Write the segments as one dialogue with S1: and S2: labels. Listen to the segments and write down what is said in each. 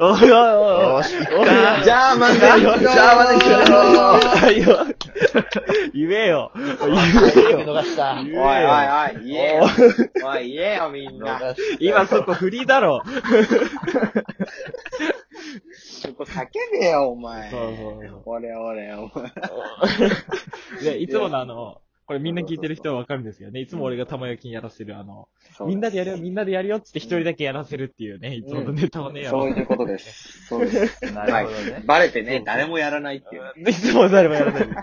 S1: おいおいおいお
S2: よ
S1: い。
S2: し、行
S1: お
S2: く
S1: い
S2: か。
S1: おい
S2: ジャーマンだ
S1: おい
S2: よ
S1: おい
S2: ジャーマンだよ
S1: 言えよ。言えよ。
S3: 言うのがした。
S1: 言
S2: お
S1: え
S2: い
S1: よ
S2: おいおい、言えよ。おい、言えよ、みんな。
S1: 今そこフリーだろ。
S2: そこ叫べよ、お前。
S1: そうそうそう
S2: 俺、俺、お前。
S1: で、いつものあの、これみんな聞いてる人はわかるんですけどね、いつも俺が玉焼きにやらせる、あの、みんなでやるよ、みんなでやるよってって一人だけやらせるっていうね、いつものネタをね、や
S2: そう
S1: ろ
S2: いうことです。そうです。
S3: な
S2: は
S3: る
S2: い
S3: ほどね。。
S2: バレてね、誰もやらないっていうね。
S1: う。いつも誰もやらない。うん
S2: い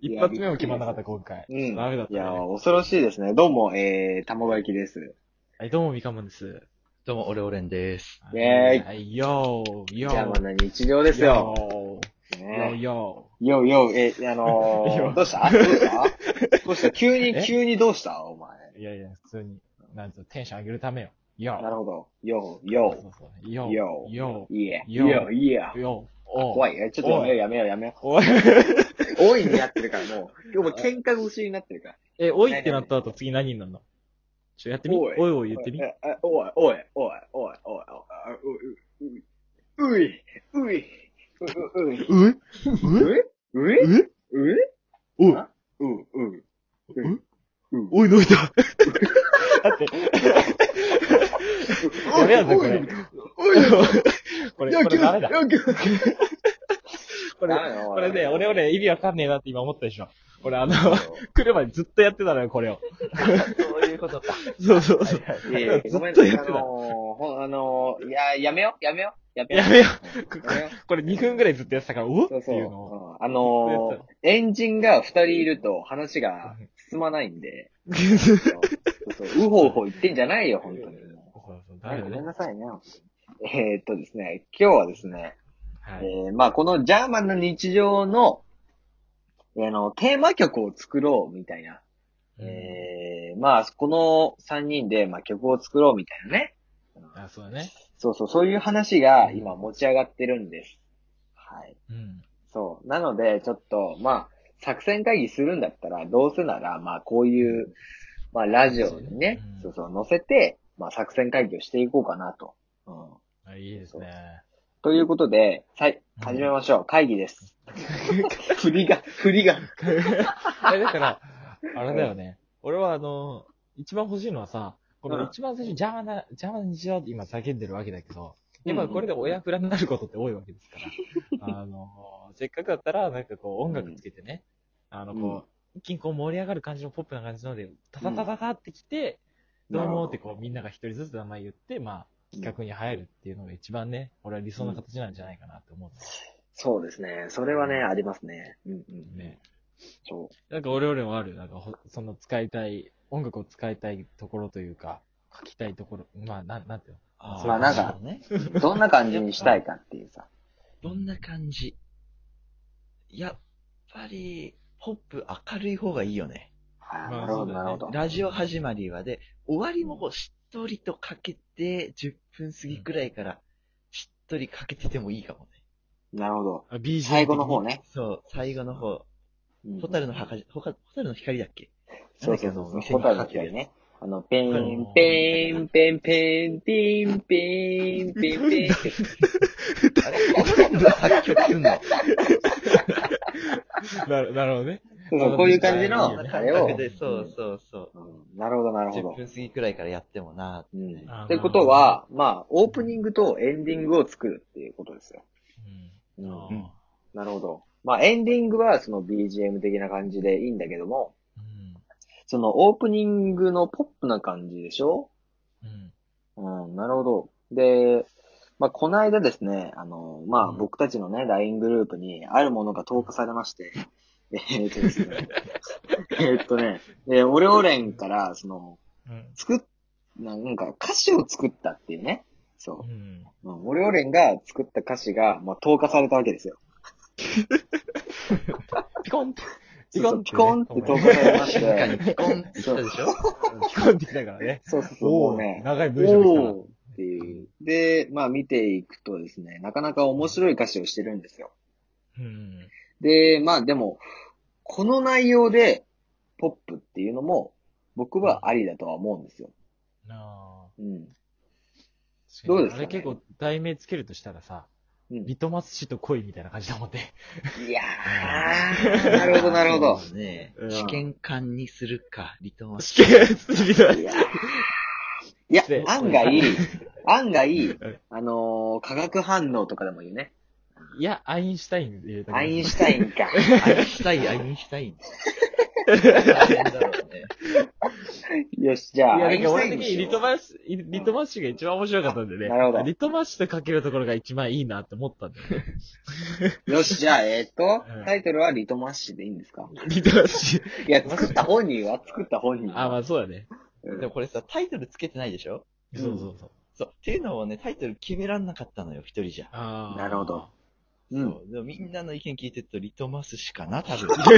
S1: 一
S2: や
S1: 発目も決まんなかった、今回。
S2: うん
S1: ダメだっ
S2: い
S1: た
S2: や、
S1: ね。
S2: 恐ろしいですね。どうも、えー、玉焼きです。
S1: はい、どうも、みかもんです。
S3: どうも、オレオレンです。
S2: イェーイ
S1: はい、よー、
S2: ジ
S1: よー。
S2: ャーマンな日常ですよ。
S1: よー、
S2: ね
S1: よ
S2: よ、よ、え、あ
S1: よ
S2: のー、どうしたどうした どうした急
S1: え
S2: に、急にどうしたお前。
S1: ー。いやいや、普通に、なんつうのテンション上げるためよ。
S2: な
S1: よ
S2: るほど。よ、
S1: ー。
S2: よ、
S1: そうそうよー。
S2: よ
S1: よ
S2: いえ、
S1: よ
S2: よ、いえ。
S1: ー。よー。おー
S2: 怖い。えちょっとやめよう、やめよう、やめよ
S1: おい。
S2: う。多いになってるから、もう。今日も喧嘩腰になってるから。
S1: え、おいってなった後次何になるのちょ、やってみ。お
S2: お
S1: い
S2: い
S1: おい言ってみ。
S2: ええおい、おい、おい、おい、おい、おい、おい、おい、おい、おい、おい、おい、
S1: うえ
S2: うえ
S1: え
S2: うえ
S1: おい
S2: あうん、うん。うん。うん。
S1: おい、伸びただって、やべえぞこれ
S2: おい、おい、
S1: これ、
S2: 野
S1: これ
S2: 球
S1: ダメだ。
S2: 野球
S1: これ、
S2: ダメだよ
S1: これね、俺俺意味わかんねえなって今思ったでしょ。俺あの、
S2: そ
S1: 来る前にずっとやってたのよ、これを。
S3: そういうことか。
S1: そうそうそう。
S2: ういやいやごめん
S1: ずっと
S2: なさ
S1: や
S2: い、
S1: って
S2: あ
S1: た
S2: のー、ほんあのー、いや、やめよう、やめよう、やめよ
S1: やめよ
S2: う。
S1: う。こ
S2: やめよう
S1: これ2分ぐらいずっとやってたから、おっ
S2: そう
S1: て
S2: そう。
S1: いううのを。
S2: んあのー、エンジンが二人いると話が進まないんで、そうそう、うほうほ言ってんじゃな いよ、本当に。
S1: そうそうダメだ
S2: ごめ
S1: ね
S2: ん。なさいね。えーっとですね、今日はですね、
S1: はい。
S2: えー、まあこのジャーマンの日常の、あの、テーマ曲を作ろうみたいな。えー、まあこの三人で、まあ、曲を作ろうみたいなね。
S1: あ、そうだね。
S2: そうそう、そういう話が今持ち上がってるんです。はい。
S1: うん。
S2: そう。なので、ちょっと、まあ、作戦会議するんだったら、どうせなら、まあ、こういう、まあ、ラジオにね、
S1: うん
S2: そうそう、載せて、まあ、作戦会議をしていこうかなと。うん。
S1: あいいですね。
S2: ということで、はい、
S1: うん
S2: 始めましょう。会 議です。振りが、振りが。
S1: え、だから、あれだよね。俺はあの、一番欲しいのはさ、この一番最初、邪魔な、邪魔な日常って今叫んでるわけだけど、今これで親フラになることって多いわけです から、あの、せっかくだったら、なんかこう音楽つけてね、あの、こう、一気にこう盛り上がる感じのポップな感じので、タタタタタってきて、どうもってこうみんなが一人ずつ名前言って、まあ、企画に入るっていうのが一番ね、俺は理想な形なんじゃないかなって思うんです
S2: そうですね。それはね、ありますね。うんうん。
S1: よね。
S2: そ
S1: なんか俺々もある、なんかほ、その使いたい、音楽を使いたいところというか、書きたいところ、まあ、なん、なんていうの
S3: あ
S1: まあ
S2: なんか
S3: ね。
S2: う。どんな感じにしたいかっていうさ。
S3: どんな感じやっぱり、ポップ明るい方がいいよね。
S2: はい、
S1: まあ
S2: なるほ
S1: そうだ
S2: ど、
S1: ね
S2: なるほど。
S3: ラジオ始まりはで、終わりもこうしっとりとかけて、10分過ぎくらいから、しっとりかけててもいいかもね。
S2: なるほど。
S1: あ ?BGM。
S2: 最後の方。ね。
S3: そう、最後の方、
S2: うん
S3: ホタルの墓、ほかホタルの光だっけ
S2: そうそうそう。
S3: 店に
S2: ホ
S3: か
S2: タ
S3: か
S2: ル
S3: ってる
S2: で
S3: や
S2: ね。あの、ペ
S1: うん
S2: ン、ペン、ペン、ペン、ペン、ペン、ペン、ペンって。
S3: つ。あれホタルが作曲すんの。
S1: なる、なるほどね。
S2: そうこういう感じ
S1: いい
S2: の
S1: よね、
S2: あ
S3: 感
S2: れを
S3: 覚。で、そうそうそう。
S2: うんなるほど、なるほ
S3: 10
S2: ど。
S3: 分過ぎくらいからやってもなって
S2: うん。
S1: あー
S2: ってことは、まあ、オープニングとエンディングを作るっていうことですよ。
S1: うん。
S2: うん
S1: あー
S2: なるほど。まあ、エンディングはその BGM 的な感じでいいんだけども、そのオープニングのポップな感じでしょ
S1: うん。うん。
S2: うん、なるほど。で、まあ、この間ですね、あの、まあ、
S1: うん
S2: 僕たちのね、LINE グループに、あるものが投下されまして、えーっとですね、えーっとね、えーオレオレンから、その、
S1: うん。
S2: 作っ、なんか歌詞を作ったっていうね、そ
S1: うん。
S2: う、うんオレオレンが作った歌詞が、まあ、投下されたわけですよ。
S1: ピコンって、
S2: そうそうピコンって投
S1: ピ
S2: 下されまし
S3: 静かに
S2: て、
S3: ピコンってしたでしょ
S1: コンってきたから ね。
S2: そうそうそう、
S1: お
S2: もう
S1: お
S2: ね、
S1: 長い文章できたな
S2: おーっていう。で、まあ見ていくとですね、なかなか面白い歌詞をしてるんですよ。
S1: うん。
S2: で、まあでも、この内容でポップっていうのも僕はありだとは思うんですよ。
S1: なあ。
S2: うん。
S1: 確に
S2: どうですかね
S1: あれ結構題名つけるとしたらさ、
S2: うん
S1: リトマス紙と恋みたいな感じだもんね。
S2: いやー、 なるほど、なるほど
S3: そう。ですね
S1: う。ん
S3: 試験管にするか、リ トマス。
S1: 試験紙だ
S2: いやーいや
S1: 失礼、
S2: 案外、案外
S1: ん、
S2: あのー化学反応とかでもいいよね。
S1: いや、アインシュタインで言うと
S2: アインシュタイン か。
S3: アインシュタイン、アインシュタイン。大変だろう ね。
S2: よし、じゃあ、
S1: いや、
S2: ア
S1: だ
S2: イ
S1: か
S2: ン
S1: ら俺
S2: シュタイン
S1: 的に
S2: にしよ
S1: リトマス、リトマス紙が一番面白かったんでね。
S2: なるほど
S1: リトマス紙とかけるところが一番いいなって思ったんだよね。
S2: うよし、じゃあ、えーっと
S1: うん、
S2: タイトルはリトマス紙でいいんですか
S1: リトマス 紙。
S2: いや、作った本人は作った本人は。
S1: あ、まあそうだね。
S2: うん
S3: でもこれさ、タイトルつけてないでしょ
S2: うん
S1: そうそうそう。
S3: そう。っていうのもね、タイトル決めらんなかったのよ、一人じゃ。
S1: あー
S2: なるほ ど。う
S3: そ
S2: ん。
S3: う。でもみんなの意見聞いてると、リトマスし かな、多分。
S1: そ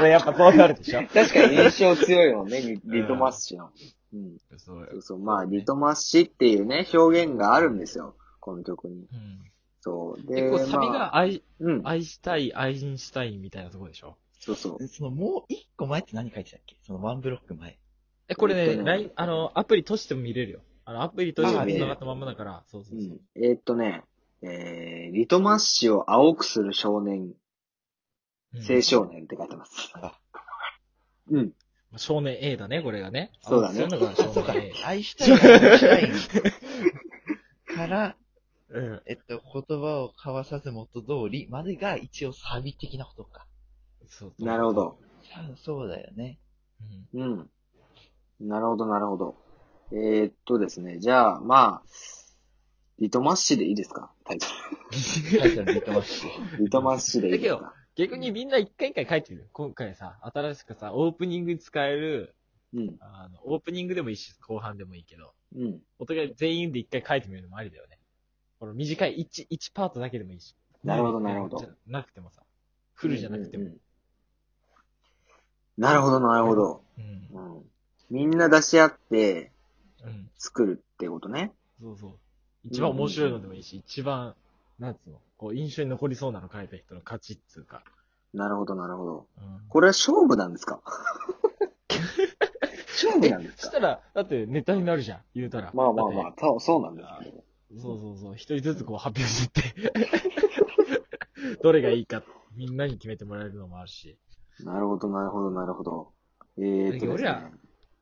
S1: れやっぱそうなるでしょ。
S2: 確かに印象強いもんね、リリトマス紙の。うん。
S1: そう
S2: そうそう。まあ、リトマス紙っていうね、表現があるんですよ。この曲に。
S1: うん
S2: そう。で、
S1: 結構サビ
S2: まあ、
S1: が愛、
S2: うん。
S1: 愛したい、愛人したいみたいなとこでしょ。
S2: そうそう。
S3: そのもう一個前って何書いてたっけそのワンブロック前。
S1: え、これ
S2: えっ
S1: ね、
S2: とね
S1: LINE あの、アプリ閉じても見れるよ。あの、アプリ閉じても
S2: あ
S1: 繋がったまんまだから、そうそううそ
S2: ん
S1: う。
S2: えーっとね、えー、リトマス紙を青くする少年、
S1: うん
S2: 青少年って書いてます。
S3: あ
S2: うん。
S1: まあ少年 A だね、これがね。
S2: そうだね
S1: あのが
S3: そう
S1: 少
S3: か
S1: 年 A。。
S3: 愛したい、愛した い。から、
S1: うん。
S3: えっと、言葉を交わさず元通りまでが一応サビ的なことか。
S1: そうそう
S2: なるほ。ど。
S3: 多分そうだよね。
S1: うん
S2: うん。なるほど、なるほど。えー、っとですね、じゃあ、まあ、リトマス紙でいいですかタイト
S3: タイトル出てますし。
S2: ル。リトマス紙でいいですか
S1: 逆にみんな一回一回書いてる。今回さ、新しくさ、オープニングに使える、
S2: うん。
S1: あの、オープニングでもいいし、後半でもいいけど、
S2: うん。
S1: お互い全員で一回書いてみるのもありだよね。この短い1、一パートだけでもいいし。
S2: なるほどなるほど
S1: じゃなくてもさ、フルじゃなくても。
S2: うんうんなるほど、なるほど。
S1: うん。
S2: うん。みんな出し合って
S1: うん。
S2: 作るってことね。
S1: そうそう。一番面白いのでもいいし、一番、なんつうの、こう、印象に残りそうなの書いた人の勝ちっつうか。
S2: なるほど、なるほど。
S1: うん。
S2: これは勝負なんです か勝負なんで
S1: そ
S2: す
S1: し
S2: か
S1: たら、だってネタになるじゃん、言うたら。
S2: まあまあま
S1: だっ
S2: あ、そうそうなんですけど。
S1: て。そうそうそう、一人ずつこう発表して って。どれがいいか、みんなに決めてもらえるのもあるし。
S2: なるほど、なるほど、なるほど。えーっとです
S1: 俺
S2: ね
S1: ら。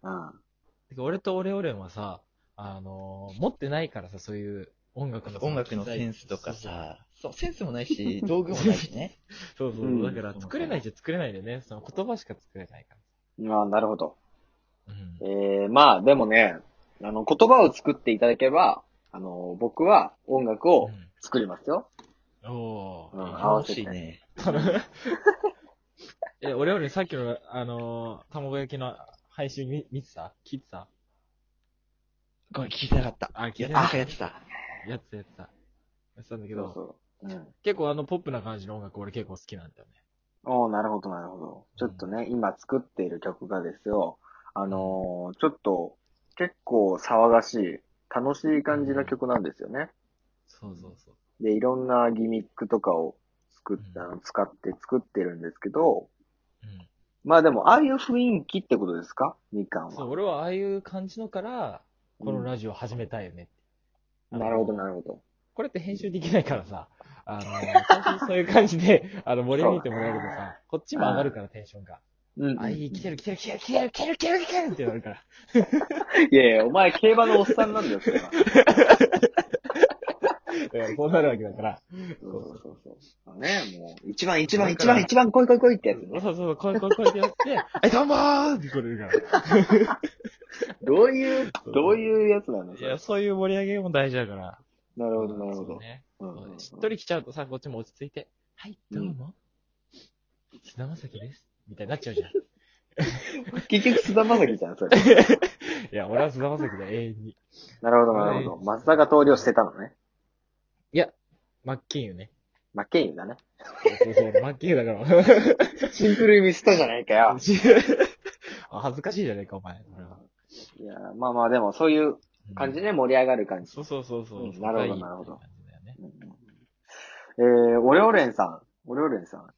S2: うん。
S1: てか俺とオレオレンはさ、あのー持ってないからさ、そういう音楽の。
S3: 音楽のセンスとか。さ、そう、センスもない し、道具もないしね。
S1: そうそうそ
S2: う
S1: う。
S2: ん
S1: だから作れないじゃ作れないでね、その言葉しか作れないか
S2: まあ、なるほど。
S1: ら。うん
S2: え。ー、まあ、でもね、あの、言葉を作っていただければ、あの、僕は音楽を作りますよ。
S1: うんお
S2: うん
S1: ー。
S2: 合わせて
S3: 楽しいね。
S1: え、俺よりさっきの、あのー卵焼きの配信見見てた聞いてた
S3: ごめん、聞いてなかった。
S1: あ、聞い
S3: いや、
S1: て
S3: なん
S1: た
S3: か。やってた。
S1: やってたやってた。やってたんだけ
S2: そう
S1: ど、
S2: そう。うん。
S1: 結構あのポップな感じの音楽俺結構好きなんだよね。
S2: おーなるほど、なるほど。ちょっとね、今作っている曲がですよ、あのーちょっと、結構騒がしい、楽しい感じの曲なんですよね。
S1: そうそうそう。
S2: で、いろんなギミックとかを作った、
S1: う
S2: 使って作ってるんですけど、
S1: うん。
S2: まあでも、ああいう雰囲気ってことですかみかんは。
S1: そう、俺はああいう感じのから、このラジオ始めたいよねって。
S2: うんなるほど、なるほど。
S1: これって編集できないからさ、あの、最初にそういう感じで、 あの、盛り上げてもらえるとさ、こっちも上がるから、テンションが。
S2: うん
S1: あ、いい、来てる来てる来てる来てる来てる来てる来てるってなる から。
S2: いやいや、お前、競馬のおっさんなんだよ、それは
S1: うんそうなるわけだから。
S2: そうそうそうそう。あのね、もう、一番、一番、一番、一番、来い来い来いってやつ
S1: そう
S2: ね。
S1: そうそう、こうこうこうってやって、 え、どうもーって来れるから。
S2: どういう、どういうやつなの
S1: い
S2: それ
S1: や、そういう盛り上げも大事だから。
S2: なるほど、なるほ
S1: そう
S2: ど。
S1: ね。
S2: うん
S1: そうねしっとり来ちゃうとさ、こっちも落ち着いて、はい、どうも。菅田将暉です。みたいになっちゃうじゃん。い
S2: 結局、菅田将暉じゃん、それ。
S1: や、俺は菅田将暉だ、永遠に。
S2: なるほど、なるほど。松坂通りをしてたのね。
S1: 真っ金よね。
S2: マッケインだね。
S1: そうそう、真っ金だから。
S2: シンプルにミスったじゃないかよ。
S1: あ恥ずかしいじゃねえか、お前。これはい
S2: や、まあまあ、でも、そういう感じ。ね、盛り上がる感じ。
S1: そうそうそうそうう。
S2: んなるほど
S1: いい
S2: なるほど
S1: 感じだよね
S2: うんえー、オレオレンさん。オレオレンさ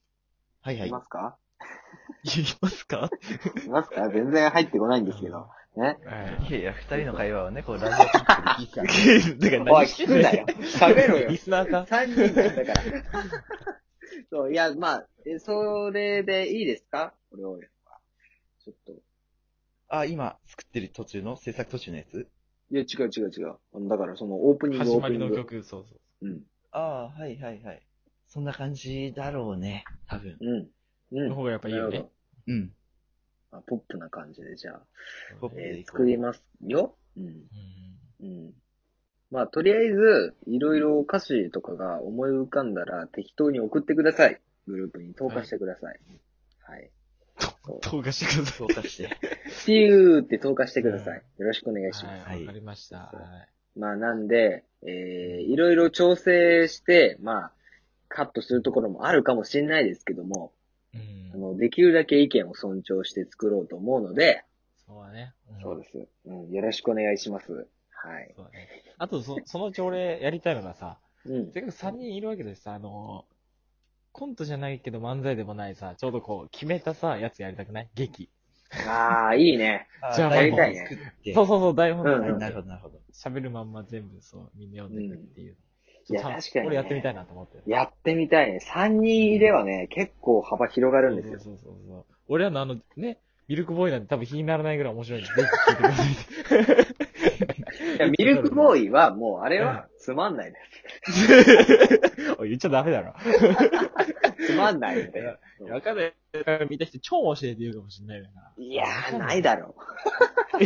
S3: はい
S2: ん、
S3: はいい
S2: ま。すか
S1: いきますか
S2: いますか全然入ってこないんですけど。ね。
S3: いやいや、二人の会話をね、こう、ラジオトークで聞いてた。だから
S2: おい、
S3: 何して
S2: 聞
S3: ん
S2: く
S3: だ
S2: な
S3: よ
S2: よ。。喋ろよ
S1: リ。スナーか
S2: 三人なんだから。そう、いや、まあ、えそれでいいですかこれを。ちょっと。
S3: あ、今、作ってる途中の、制作途中のやつ
S2: いや、違う違う違うあの。だから、その、オープニング、
S1: 始
S2: オー
S1: ま
S2: プニ
S1: り
S2: ン
S1: の
S2: グ。
S1: 曲、そうそう。
S2: うん。
S3: ああ、はいはいはい。そんな感じだろうね、多分。
S2: うん。う
S1: の
S2: ん。
S1: 方がやっぱいいよ
S2: なる
S1: ね
S2: ほ。
S3: うん。
S2: どあポップな感じで、じゃあ、
S3: ポップ
S2: えー
S3: でいこ
S2: 作
S3: う。
S2: りますよ。うん。
S1: うん
S2: うん。まあ、とりあえず、いろいろ歌詞とかが思い浮かんだら、適当に送ってください。グループに投下してください。はい。
S1: 投下してくださ
S3: 投下して。
S2: シューって投下してください。よろしくお願いします。
S1: は、
S3: はいい
S1: わかりました。はい
S2: まあ、なんで、えー、いろいろ調整して、まあ、カットするところもあるかもしれないですけども、
S1: うん
S2: あ。の、できるだけ意見を尊重して作ろうと思うので、
S1: そうだね。ん
S2: そうです。うん、よろしくお願いします。はい。
S1: そうだね。あと、そ、その条例やりたいのがさ、
S2: うん。
S1: せっかく3人いるわけでさ、あの、コントじゃないけど漫才でもないさ、ちょうどこう、決めたさ、やつやりたくない劇。
S2: ああ、いい ね。
S1: じゃあ
S3: 台
S1: やりた
S2: いね
S3: 本作って
S1: そうそうそう、台本と
S2: う
S1: か
S2: ん
S1: や
S2: う
S1: っ
S2: ん
S1: て
S3: なるほど、なるほど。
S1: 喋るまんま全部そう、みんな読んでいくっていう。
S2: うんいや
S1: ちょっと
S2: 確かにね
S1: 俺やってみたいなと思ってる。
S2: やってみたいね。3人いればね、結構幅広がるんですよ。
S1: そうそうそうそう。俺らのあの、ね、ミルクボーイなんて多分気にならないぐらい面白いんで、ぜひ聞いてくださ い。
S2: いや、ミルクボーイはもう、あれはつまんないで
S1: おい、言っちゃダメだろ。
S2: す。つまんないみたいな。
S1: わかんない。見た人超面白いって言うかもしれないよな。
S2: いやー、ないだろう。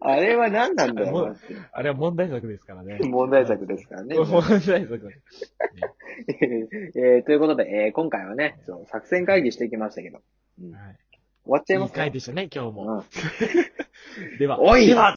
S2: あれは何なんだ
S1: も
S2: ろ
S1: うあれは問題作ですからね。
S2: う。 問題作ですからね。
S1: 問題作。
S2: えーということで、えー今回はね、そう作戦会議してきましたけど、終
S1: は
S2: わっちゃ
S1: い。
S2: い
S1: い
S2: ま
S1: い
S2: すか
S1: 回でしたね、今日も。
S2: うん
S1: では。
S2: おい
S1: では